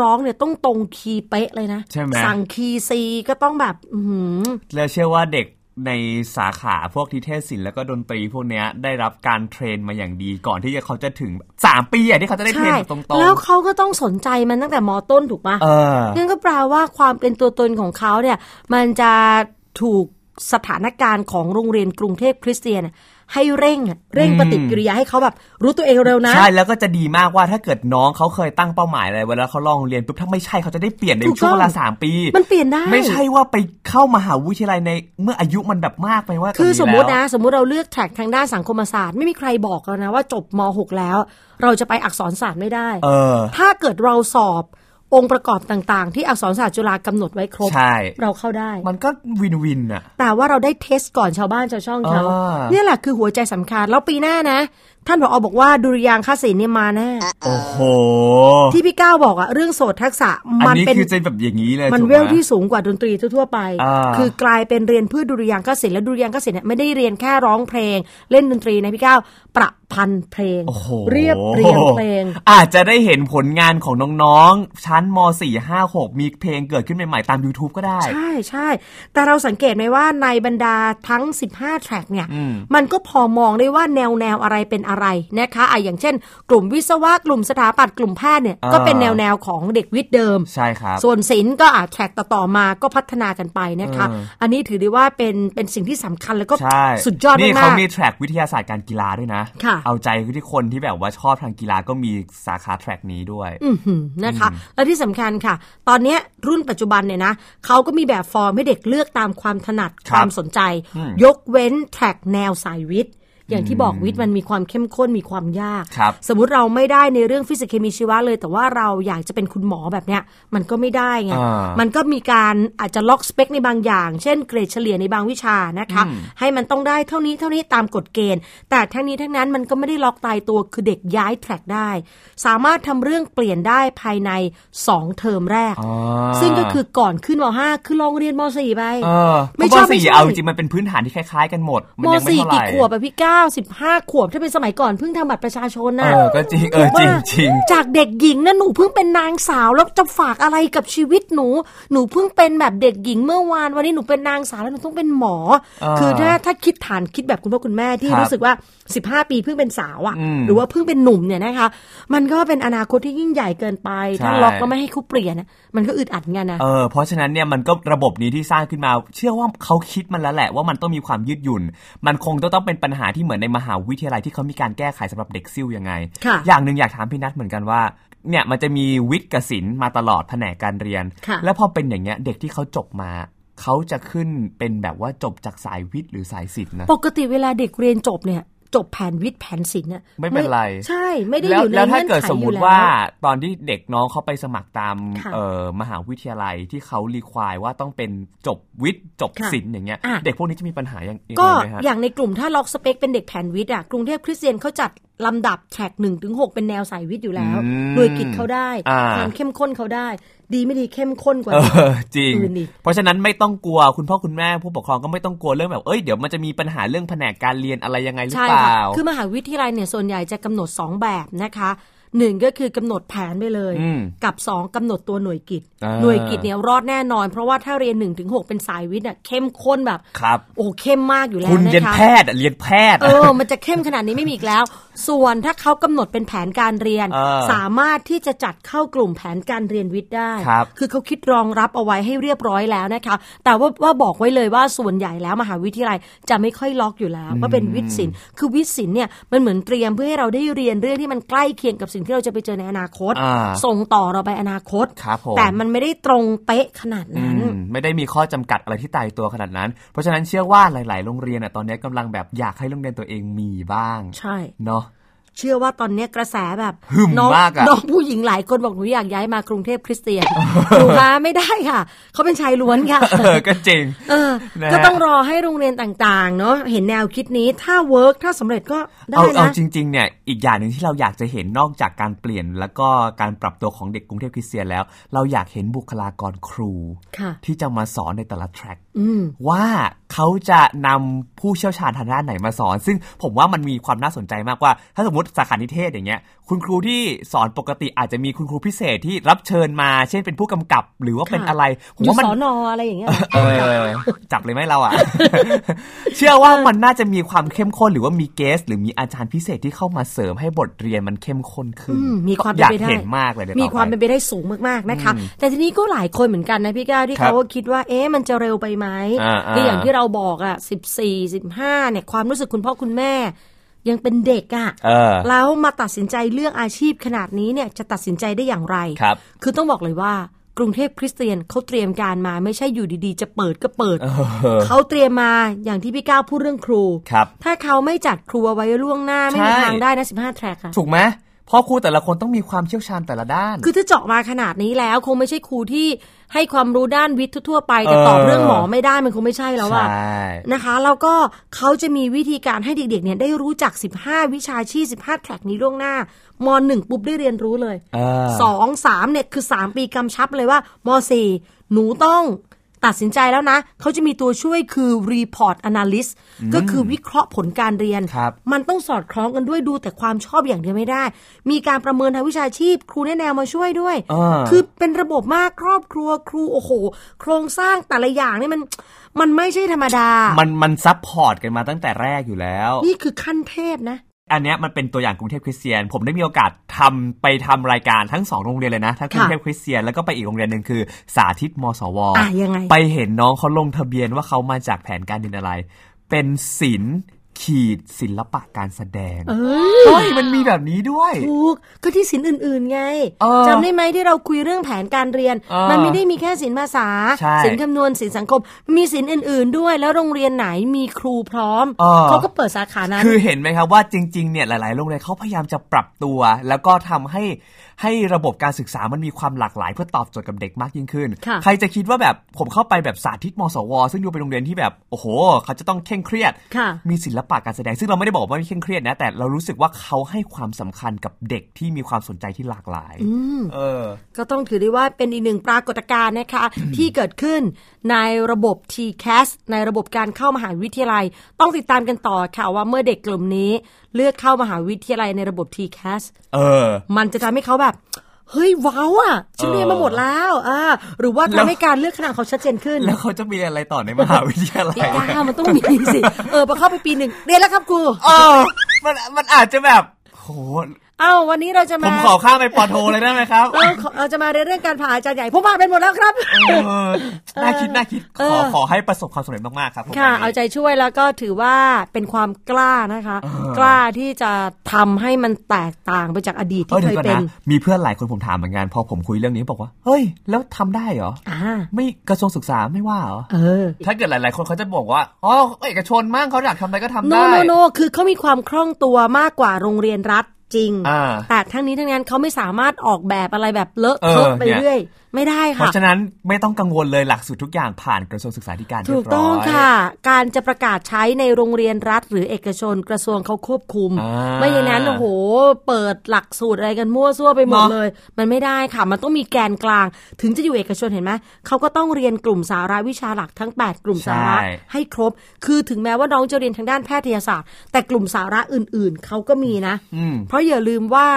B: ร้องเนี่ยต้องตรงคีย์เป๊ะเลยนะ
C: ใช่ไหม
B: สั่งคีย์ซีก็ต้องแบบ อื้อหือ
C: และเชื่อว่าเด็กในสาขาพวกนิเทศศิลป์แล้วก็ดนตรีพวกเนี้ยได้รับการเทรนมาอย่างดีก่อนที่จะเขาจะถึง 3 ปีอ่ะที่เขาจะได้เทร
B: ใช่
C: นแบบตรง
B: แล้วเขาก็ต้องสนใจมันตั้งแต่มต้นถูกปะ
C: ๆ เออ
B: นั่นก็แปลว่าความเป็นตัวตนของเขาเนี่ย มันจะถูกสถานการณ์ของโรงเรียนกรุงเทพคริสเตียน ให้เร่งอะเร่งปฏิกิริยาให้เขาแบบ รู้ตัวเองเร็วนะ
C: ใช่แล้วก็จะดีมากว่าถ้าเกิดน้องเขาเคยตั้งเป้าหมายอะไรไว้แล้วเขาลองเรียนปุ๊บถ้าไม่ใช่เขาจะได้เปลี่ยนใน
B: ถูกต้อง
C: ช่วงเวลาสามปี
B: มันเปลี่ยนได้
C: ไม่ใช่ว่าไปเข้ามหาวิทยาลัยในเมื่ออายุมันแบบมากไปว่า
B: คือสมมติ
C: แล้ว
B: นะ สมมติเราเลือกแทร็กทางด้านสังคมศาสตร์ไม่มีใครบอกแล้วนะว่าจบม .6 แล้ว เราจะไปอักษรศาสตร์ไม่ได้
C: เออ
B: ถ้าเกิดเราสอบองค์ประกอบต่างๆ ที่อักษรศาสตร์จุฬากำหนดไว้ครบ
C: ใช่
B: เราเข้าได้
C: มันก็วินวินอ่ะ
B: แต่ว่าเราได้เทสก่อนชาวบ้านชาวช่องเขา
C: อ่า
B: เนี่ยแหละคือหัวใจสำคัญ แล้วปีหน้านะ ท่านผอบอกว่าดุริยางคศิลป์เนี่ยมาแน่
C: โอ้โห
B: ที่พี่ก้าวบอกอะเรื่องโสตทักษะ
C: อัน
B: มัน
C: นี้
B: เป็น
C: คือจะแบบอย่างนี้เลย
B: มัน
C: ถูกไห
B: เวลที่สูงกว่าดนตรีทั่วๆไป
C: อ่า
B: คือกลายเป็นเรียนเพื่อดุริยางคศิลป์และดุริยางคศิลป์เนี่ยไม่ได้เรียนแค่ร้องเพลง เล่นดนตรีนะพี่ก้าวประพันธ์เพลง
C: โอ้โห
B: เรียบเรียงเพลง
C: อาจจะได้เห็นผลงานของน้องๆ ชั้นม .4 5 6 มีเพลงเกิดขึ้นใหม่ๆ ตาม YouTube ก็ได้
B: ใช่ใช่ แต่เราสังเกตไหมว่าในบรรดาทั้ง 15 แทร็กเนี่ย มันก็พอมองได้ว่าแนวแนวอะไรเป็นอะไรนะคะอ่ะอย่างเช่น กลุ่มวิศวะกลุ่มสถาปัตย์กลุ่มแพทย์เนี่ย
C: อ่า
B: ก็เป็นแนวแนวของเด็กวิทย์เดิม
C: ใช่ครับ
B: ส่วนศิลป์ก็อาจแทร็กต่อๆมาก็พัฒนากันไปนะคะ อันนี้ถือได้ว่าเป็นเป็นสิ่งที่สำคัญแล้วก็
C: ใช่
B: สุดยอด
C: นี่
B: มา
C: เขา
B: ก
C: มีแทร็กวิทยาศาสตร์การกีฬาด้วยนะ
B: ค่ะ
C: เอาใจที่คนที่แบบว่าชอบทางกีฬาก็มีสาขาแทร็กนี้ด้วย
B: อื้อหือนะคะ และที่สำคัญค่ะ ตอนเนี้ยรุ่นปัจจุบันเนี่ยนะเขาก็มีแบบฟอร์มให้เด็กเลือกตามความถนัด
C: ค
B: ครับ วามสนใจ ยกเว้นแทร็กแนวสายวิทย์ อย่างที่บอกวิทย์มันมีความเข้มข้นมีความยาก
C: ครับ
B: สมมุติเราไม่ได้ในเรื่องฟิสิกส์เคมีชีวะเลย แต่ว่าเราอยากจะเป็นคุณหมอแบบเนี้ยมันก็ไม่ได้ไง
C: อ่า
B: มั
C: มั
B: น มันก็มีการอาจจะล็อกสเปคในบางอย่าง เช่นเกรดเฉลี่ยในบางวิชานะคะ ให้มันต้องได้เท่านี้เท่านี้ตามกฎเกณฑ์ แต่ทั้งนี้ทั้งนั้นมันก็ไม่ได้ล็อกตายตัวคือเด็กย้ายแทร็กได้ สามารถทำเรื่องเปลี่ยนได้ภายใน 2 เทอมแรก
C: อ่า
B: ซึ่งก็คือก่อนขึ้นม .5 คือลองเรียนม .4 ไป
C: เออ
B: ไม่
C: ไม่
B: ช
C: ช
B: อ
C: อ
B: บบ ไม่
C: สี่
B: ใช่
C: เอาจริงๆมันเป็นพื้นฐานที่คล้ายๆกันหมด มัน
B: ม
C: ยังไม่
B: .4
C: เท่าไหร่
B: กี่ขวบอะพี่ก้าสิบห้าขวบถ้าเป็นสมัยก่อนเพิ่งทำบัตรประชาชน
C: เอ
B: น่ะ
C: อก็จริงเออจริงจริง
B: ว่าจากเด็กหญิงนะหนูเพิ่งเป็นนางสาวแล้วจะฝากอะไรกับชีวิตหนู หนูเพิ่งเป็นแบบเด็กหญิงเมื่อวาน วันนี้หนูเป็นนางสาวแล้วหนูต้องเป็นหมอ
C: อ่า
B: คือถ้าถ้าคิดฐานคิดแบบคุณพ่อคุณแม่ที่
C: ครับ
B: รู้สึกว่า 15 ปีเพิ่งเป็นสาวอะ
C: อืม
B: หรือว่าเพิ่งเป็นหนุ่มเนี่ยนะคะ มันก็เป็นอนาคตที่ยิ่งใหญ่เกินไป
C: ใช่
B: ถ้าล็อกแล้วไม่ให้เขาเปลี่ยนอะมันก็อึดอัดเหมือนกันนะ
C: เออเพราะฉะนั้นเนี่ยมันก็ระบบนี้ที่สร้างขึ้นมา เชื่อว่าเขาคิดมันแล้วแหละว่ามันต้องมีความยืดหยุ่น มันคงจะต้องเป็นปัญหาที่เหมือนในมหาวิทยาลัยที่เขามีการแก้ไขสำหรับเด็กซิ่วยังไง
B: ค่ะ
C: อย่างหนึ่งอยากถามพี่นัทเหมือนกันว่าเนี่ยมันจะมีวิทย์กับศิลป์มาตลอดแผนกการเรียน
B: ค่ะ
C: แล้วพอเป็นอย่างเงี้ยเด็กที่เขาจบมา เขาจะขึ้นเป็นแบบว่าจบจากสายวิทย์หรือสายศิลป์นะ
B: ปกติเวลาเด็กเรียนจบเนี่ยจบแผนวิทย์แผนศิลป์เนี่ย
C: ไม่เป็นไร
B: ใช่ไม่ได้อ
C: แล้ว
B: ยู่ใน
C: แล้วถ้า
B: เงื่อน
C: เกิด
B: ไข
C: สม
B: อ
C: ม
B: ยู่
C: ติ
B: แล้ว
C: ว่าตอนที่เด็กน้องเขาไปสมัครตาม
B: ค่ะ
C: เอ่อมหาวิทยาลัยที่เขารีควายว่าต้องเป็นจบวิทย์จบ
B: ค่ะ
C: ศิลป์อย่างเงี้ย
B: อ่ะ
C: เด็กพวกนี้จะมีปัญหาอย่างยัง
B: ก็
C: ไงไหมฮะ
B: อย่างในกลุ่มถ้าล็อกสเปคเป็นเด็กแผนวิทย์อ่ะกรุงเทพคริสเตียนเขาจัดลำดับแทร็กหนึ่งถึงหกเป็นแนวสายวิทย์อยู่แล้ว
C: อืม
B: หน่วยกิจเขาได้
C: อ่า
B: ความเข้มข้นเขาได้ ดีไม่ดีเข้มข้นกว่า
C: เออจริง
B: อื่นอีก
C: เพราะฉะนั้นไม่ต้องกลัวคุณพ่อคุณแม่ผู้ปกครองก็ไม่ต้องกลัวเรื่องแบบเอ้ยเดี๋ยวมันจะมีปัญหาเรื่องแผนกการเรียนอะไรยังไงหรือ
B: ใช่
C: เปล่า
B: ค่ะคือมหาวิทยาลัยเนี่ยส่วนใหญ่จะกำหนด 2 แบบนะคะหนึ่งก็คือกำหนดแผนไปเลย
C: อืม
B: กับ 2กำหนดตัวหน่วยกิจ
C: อ่า
B: หน่วยกิจเนี่ยรอดแน่นอน เพราะว่าถ้าเรียน1นถึงหเป็นสายวิทย์อ่ะเข้มข้นแบบ
C: ครับ
B: โอ้เข้มมากอยู่แล้ว
C: คุณ
B: นะ
C: เรียน
B: คะ
C: แพทย์อะเรียนแพทย์
B: เอ
C: อะ
B: อ มันจะเข้มขนาดนี้ไม่มีอีกแล้ว ส่วนถ้าเขากำหนดเป็นแผนการเรียน
C: เออ
B: สามารถที่จะจัดเข้ากลุ่มแผนการเรียนวิทย์ได้
C: ครับ
B: คือเขาคิดรองรับเอาไว้ให้เรียบร้อยแล้วนะคะ แต่ว่าว่าบอกไว้เลยว่าส่วนใหญ่แล้วมหาวิทยาลัยจะไม่ค่อยล็อกอยู่แล้วว่าเป็นวิทย์ศิลป์ คือวิทย์ศิลป์เนี่ยมันเหมือนเตรียมเพื่อให้เราได้เรียนเรื่องที่มันใกล้เคียงกับสิ่งที่เราจะไปเจอในอนาคต
C: อ่า
B: ส่งต่อเราไปอนาคต
C: ครับผม
B: แต่มันไม่ได้ตรงเป๊ะขนาดนั้น
C: อืมไม่ได้มีข้อจำกัดอะไรที่ตายตัวขนาดนั้น เพราะฉะนั้นเชื่อว่าหลาย ๆ โรงเรียนอะตอนนี้กำลังแบบอยากให้โรงเรียนตัวเองมีบ้าง
B: ใช่
C: เนาะ
B: เชื่อว่าตอนเนี้ยกระแสแบบ
C: หึ่ม
B: น้อง
C: มากอะ
B: น้องผู้หญิงหลายคนบอกหนูอยากย้ายมากรุงเทพคริสเตียนหนูมาไม่ได้ค่ะ เขาเป็นชายล้วนค่ะ
C: เออก็จริง
B: เออ
C: นะฮะ
B: ก็ต้องรอให้โรงเรียนต่างๆ เนาะเห็นแนวคิดนี้ถ้าเวิร์กถ้าสำเร็จก็ได้
C: เอาเอา
B: นะ
C: จริงๆเนี่ยอีกอย่างหนึ่งที่เราอยากจะเห็นนอกจากการเปลี่ยน แล้วก็การปรับตัวของเด็กกรุงเทพคริสเตียนแล้ว เราอยากเห็นบุคลากรครู
B: ค่ะ
C: ที่จะมาสอนในแต่ละแทร็ก
B: อืม
C: ว่าเขาจะนำผู้เชี่ยวชาญทางด้านไหนมาสอน ซึ่งผมว่ามันมีความน่าสนใจมากว่า ถ้าสมมติสาขานิเทศอย่างเงี้ย คุณครูที่สอนปกติอาจจะมีคุณครูพิเศษที่รับเชิญมา เช่นเป็นผู้กำกับหรือว่าเป็น
B: ค่ะ
C: อะไรผม
B: อยู่
C: ว่ามั
B: ส
C: น
B: อนออะไรอย่างเงี้ย
C: เออจับเลยไหมเรา อ่ะ เชื่อว่ามันน่าจะมีความเข้มข้นหรือว่ามีเกส หรือมีอาจารย์พิเศษที่เข้ามาเสริมให้บทเรียนมันเข้มข้นขึ้น
B: อืมมีความ
C: อ
B: เป็น
C: ยาก
B: ไปได้
C: เห็นมากเลยดี๋ย
B: มี
C: ต่อ
B: ความเป็น
C: ไป
B: ไปได้สูงมากๆนะคะ แต่ทีนี้ก็หลายคนเหมือนกันนะพี่ก้าวที่
C: ครั
B: เขา
C: บ
B: ก็คิดว่า เอ๊ะมันจะเร็วไปไหม
C: อ่าๆ
B: คืออย่างที่เราบอกอ่ะ14 15เนี่ยความรู้สึกคุณพ่อคุณแม่ ยังเป็นเด็กอ่ะ
C: เออ
B: แล้วมาตัดสินใจเลือกอาชีพขนาดนี้เนี่ยจะตัดสินใจได้อย่างไร
C: ครับ
B: อต้องบอกเลยว่ากรุงเทพคริสเตียนเขาเตรียมการมาไม่ใช่อยู่ดีๆ จะเปิดก็เปิด
C: อ
B: เขาเตรียมมาอย่างที่พี่ก้าวพูดเรื่องครู
C: ครับ
B: ถ้าเขาไม่จัดครูเอาไว้ล่วงหน้าไม่มี
C: ใช่
B: ทางได้นะ15แทร็กอะ
C: ถูกไหมเพราะครูแต่ละคนต้องมีความเชี่ยวชาญแต่ละด้าน
B: คือถ้าเจาะมาขนาดนี้แล้วคงไม่ใช่ครูที่ให้ความรู้ด้านวิทย์ทั่วๆไป แต่ตอบ
C: เออ
B: เรื่องหมอไม่ได้มันคงไม่ใช่แล้วอะ
C: ใช่
B: นะคะแล้วก็เขาจะมีวิธีการให้เด็กๆเนี่ยได้รู้จัก 15 วิชาชีพ15 แทร็กนี้ล่วงหน้ามหนึ่งปุ๊บได้เรียนรู้เลย
C: เออ
B: สองสามเนี่ยคือ 3 ปีกำชับเลยว่ามสี่หนูต้องตัดสินใจแล้วนะ เขาจะมีตัวช่วยคือ Report Analyst ก็คือวิเคราะห์ผลการเรียน
C: ครับ
B: มันต้องสอดคล้องกันด้วยดูแต่ความชอบอย่างเดียวไม่ได้ มีการประเมินทางวิชาชีพ ครูแนะแนวมาช่วยด้วย
C: อ่า
B: คือเป็นระบบมากครอบครัวครูโอ้โห โครงสร้างแต่ละอย่างนี่มันมันไม่ใช่ธรรมดา
C: มันมันซับพอร์ตกันมาตั้งแต่แรกอยู่แล้ว
B: นี่คือขั้นเทพนะ
C: อันเนี้ยมันเป็นตัวอย่างกรุงเทพคริสเตียน ผมได้มีโอกาสทำไปทำรายการทั้งสองโรงเรียนเลยนะทั้งกรุงเทพคริสเตียนแล้วก็ไปอีกโรงเรียนหนึ่งคือสาธิตมสว
B: อ่ะยังไง
C: ไปเห็นน้องเขาลงทะเบียนว่าเขามาจากแผนการเรียนอะไร เป็นศิลป์ ขีดศิลปะการแสดง
B: เออ
C: เฮ้ยมันมีแบบนี้ด้วย
B: ถูกก็ที่ศิลป์อื่น ๆ ไง
C: เออ
B: จำได้ไหมที่เราคุยเรื่องแผนการเรียน
C: เออ
B: มันไม่ได้มีแค่ศิลป์ภาษา
C: ใช่
B: ศิลป์คำนวณศิลป์สังคม มีศิลป์อื่น ๆ ด้วย แล้วโรงเรียนไหนมีครูพร้อม
C: เออ
B: เขาก็เปิดสาขานั้น
C: คือเห็นไหมครับว่าจริงๆ เนี่ยหลายๆ โรงเรียนเขาพยายามจะปรับตัว แล้วก็ทำให้ให้ระบบการศึกษามันมีความหลากหลายเพื่อตอบโจทย์กับเด็กมากยิ่งขึ้น
B: ค่ะ
C: ใครจะคิดว่าแบบผมเข้าไปแบบสาธิตมสว ซึ่งดูเป็นโรงเรียนที่แบบโอ้โห เขาจะต้องเคร่งเครียด
B: ค่ะ
C: มีศิลปะการแสดงซึ่งเราไม่ได้บอกว่าไม่เคร่งเครียดนะ แต่เรารู้สึกว่าเขาให้ความสำคัญกับเด็กที่มีความสนใจที่หลากหลายเออ
B: ก็ต้องถือได้ว่าเป็นอีกหนึ่งปรากฏการณ์นะคะ ที่เกิดขึ้นในระบบ TCAS ในระบบการเข้ามหาวิทยาลัย ต้องติดตามกันต่อค่ะว่าเมื่อเด็กกลุ่มนี้ เลือกเข้ามหาวิทยาลัยในระบบ TCAS
C: เออ
B: มันจะทำให้เขาแบบ เฮ้ย ว้าวอ่ะฉัน
C: เออ
B: เรียนมาหมดแล้วอ่าหรือว่า
C: แล้ว
B: ทำให้การเลือกขนาดเขาชัดเจนขึ้น
C: แล้วเขาจะมีอะไรต่อในมหาวิทยาลั
B: ปี
C: ย
B: เก้ามันต้องมีสิ เออพอเข้าไปปีหนึ่งเรียนแล้วครับครู
C: เออมันมันอาจจะแบบโห
B: เอ้าวันนี้เรา
C: ผม
B: จะาม
C: ขอข้ามไปปอโทเลยได้ไหมครับ
B: เออขอเราจะมาเรียนเรื่องการผ่าอาจารย์ใหญ่ผมผ่านไปหมดแล้ว ครับ
C: เออน่าคิดน่าคิด
B: เอ
C: ขอ
B: อ
C: ขอให้ประสบความสำเร็จมากๆครับผม
B: ค่ะ
C: วันนี้
B: เอาใจช่วยแล้วก็ถือว่าเป็นความกล้านะคะ กล้าที่จะทำให้มันแตกต่างไปจากอดีต
C: เออ
B: ที่เคยว
C: เดี๋ยก่อน
B: เป็น
C: นะมีเพื่อนหลายคนผมถามเหมือนกัน พอผมคุยเรื่องนี้บอกว่า เฮ้ย แล้วทำได้เหรอ
B: อ่า
C: ไม่กระทรวงศึกษาไม่ว่าเหรอ
B: เออ
C: ถ้าเกิดหลาย ๆ คนเขาจะบอกว่า อ๋อเอกชนมั่งเขาอยากทำอะไรก็ทำ
B: โน
C: ได้
B: โนโนคือเขามีความคล่องตัวมากกว่าโรงเรียนรัฐจริง
C: อ่า
B: แต่ทั้งนี้ทั้งนั้นเขาไม่สามารถออกแบบอะไรแบบเลอะเทอะ
C: เออ
B: ไป
C: เนี่ย
B: เรื่อย ไม่ได้
C: เพ
B: ค่ะ
C: ราะฉะนั้นไม่ต้องกังวลเลยหลักสูตรทุกอย่างผ่านกระทรวงศึกษาธิการเรียบ
B: ถู
C: ร้ย
B: กต้องค่ะ การจะประกาศใช้ในโรงเรียนรัฐ หรือเอกชนกระทรวงเขาควบคุม
C: อ่า
B: ไม่อย่างนั้นโอ้โห เปิดหลักสูตรอะไรกันมั่วซั่วไปหมด
C: เนอะ
B: เลย มันไม่ได้ค่ะ มันต้องมีแกนกลาง ถึงจะอยู่เอกชนเห็นไหมเขาก็ต้องเรียนกลุ่มสาระวิชาหลักทั้ง 8 กลุ่มสาระ
C: ใช่
B: ให้ครบ คือถึงแม้ว่าน้องจะเรียนทางด้านแพทยศาสตร์ แต่กลุ่มสาระอื่นๆ เขาก็มีนะ
C: อืม
B: เพราะอย่าลืมว่า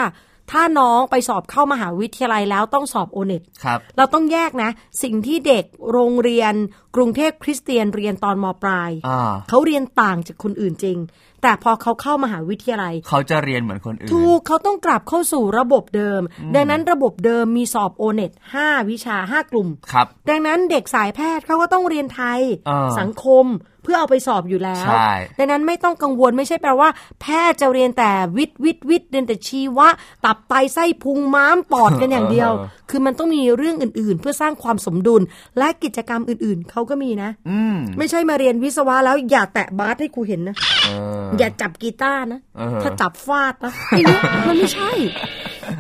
B: ถ้าน้องไปสอบเข้ามหาวิทยาลัยแล้วต้องสอบโอเน็ต
C: ครับ
B: เราต้องแยกนะ สิ่งที่เด็กโรงเรียน กรุงเทพคริสเตียนเรียนตอนมปลาย
C: อ่า
B: เขาเรียนต่างจากคนอื่นจริง แต่พอเขาเข้ามหาวิทยาลัย
C: เขาจะเรียนเหมือนคนอื่น
B: ถูกเขาต้องกลับเข้าสู่ระบบเดิม ดังนั้นระบบเดิมมีสอบโอเน็ต5วิชา 5 กลุ่ม
C: ครับ
B: ดังนั้นเด็กสายแพทย์เขาก็ต้องเรียนไทย
C: อ่า
B: สังคมเพื่อเอาไปสอบอยู่แล้ว
C: ใช่
B: ดังนั้นไม่ต้องกังวลไม่ใช่แปลว่า แพทย์จะเรียนแต่วิทย์วิทย์วิทย์เรียนแต่ชีวะ ตับไตไส้พุงม้ามปอดกันอย่างเดียว คือมันต้องมีเรื่องอื่นๆ เพื่อสร้างความสมดุล และกิจกรรมอื่นๆ เขาก็มีนะ
C: อืม
B: ไม่ใช่มาเรียนวิศวะแล้วอย่าแตะบาสให้ครูเห็นนะ
C: เออ
B: อย่าจับกีตาร์นะ
C: เออ
B: ถ้าจับฟาดนะอย่างนี้มันไม่ใช่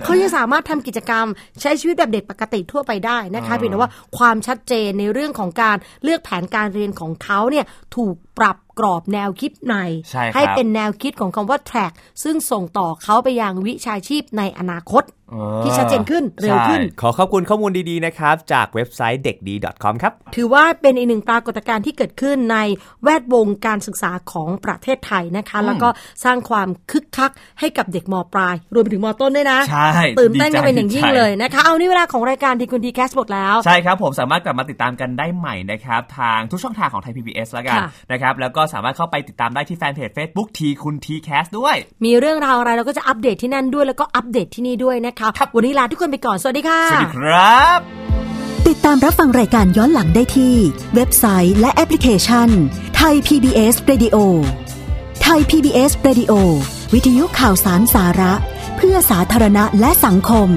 B: เขายังสามารถทำกิจกรรมใช้ชีวิตแบบเด็กปกติทั่วไปได้นะคะเพียงแต่ว่าความชัดเจนในเรื่องของการเลือกแผนการเรียนของเขาเนี่ยถูกปรับกรอบแนวคิดใน
C: ใช่ครับ
B: ให้เป็นแนวคิดของคำว่า track ซึ่งส่งต่อเขาไปยังวิชาชีพในอนาคต
C: เออ
B: ที่ชัดเจนขึ้นเร็วขึ้น
C: ใช่
E: ขอขอบคุณข้อมูลดีๆนะครับ จากเว็บไซต์เด็กดี .com ครับ
B: ถือว่าเป็นอีกหนึ่งปรากฏการณ์ที่เกิดขึ้นในแวดวงการศึกษาของประเทศไทยนะคะ แล้วก็สร้างความคึกคักให้กับเด็กมปลาย รวมไปถึงมต้นด้วยนะ
C: ใช่
B: ตื่นเต้นกันเป็นอ
C: ดีใจ
B: ย่างยิ่ง
C: ดีใจ
B: เลยนะคะ เอานี่เวลาของรายการทีคุณทีแคสหมดแล้ว
C: ใช่ครับ ผมสามารถกลับมาติดตามกันได้ใหม่นะครับ ทางทุกช่องทางของไทย PBS แล้วกัน
B: ค่ะ
C: นะครับแล้วก็สามารถเข้าไปติดตามได้ที่แฟนเพจ Facebook ทีคุณ TCast ด้วย
B: มีเรื่องราวอะไรเราก็จะอัปเดตที่นั่นด้วยแล้วก็อัปเดตที่นี่ด้วยนะคะ
C: ครับ
B: วันนี้ลาทุกคนไปก่อน สวัสดีค่ะ
C: สวัสดีครับ
F: ติดตามรับฟังรายการย้อนหลังได้ที่ เว็บไซต์และแอปพลิเคชันไทย PBS Radio ไทย PBS Radio วิทยุข่าวสารสาระ เพื่อสาธารณะและสังคม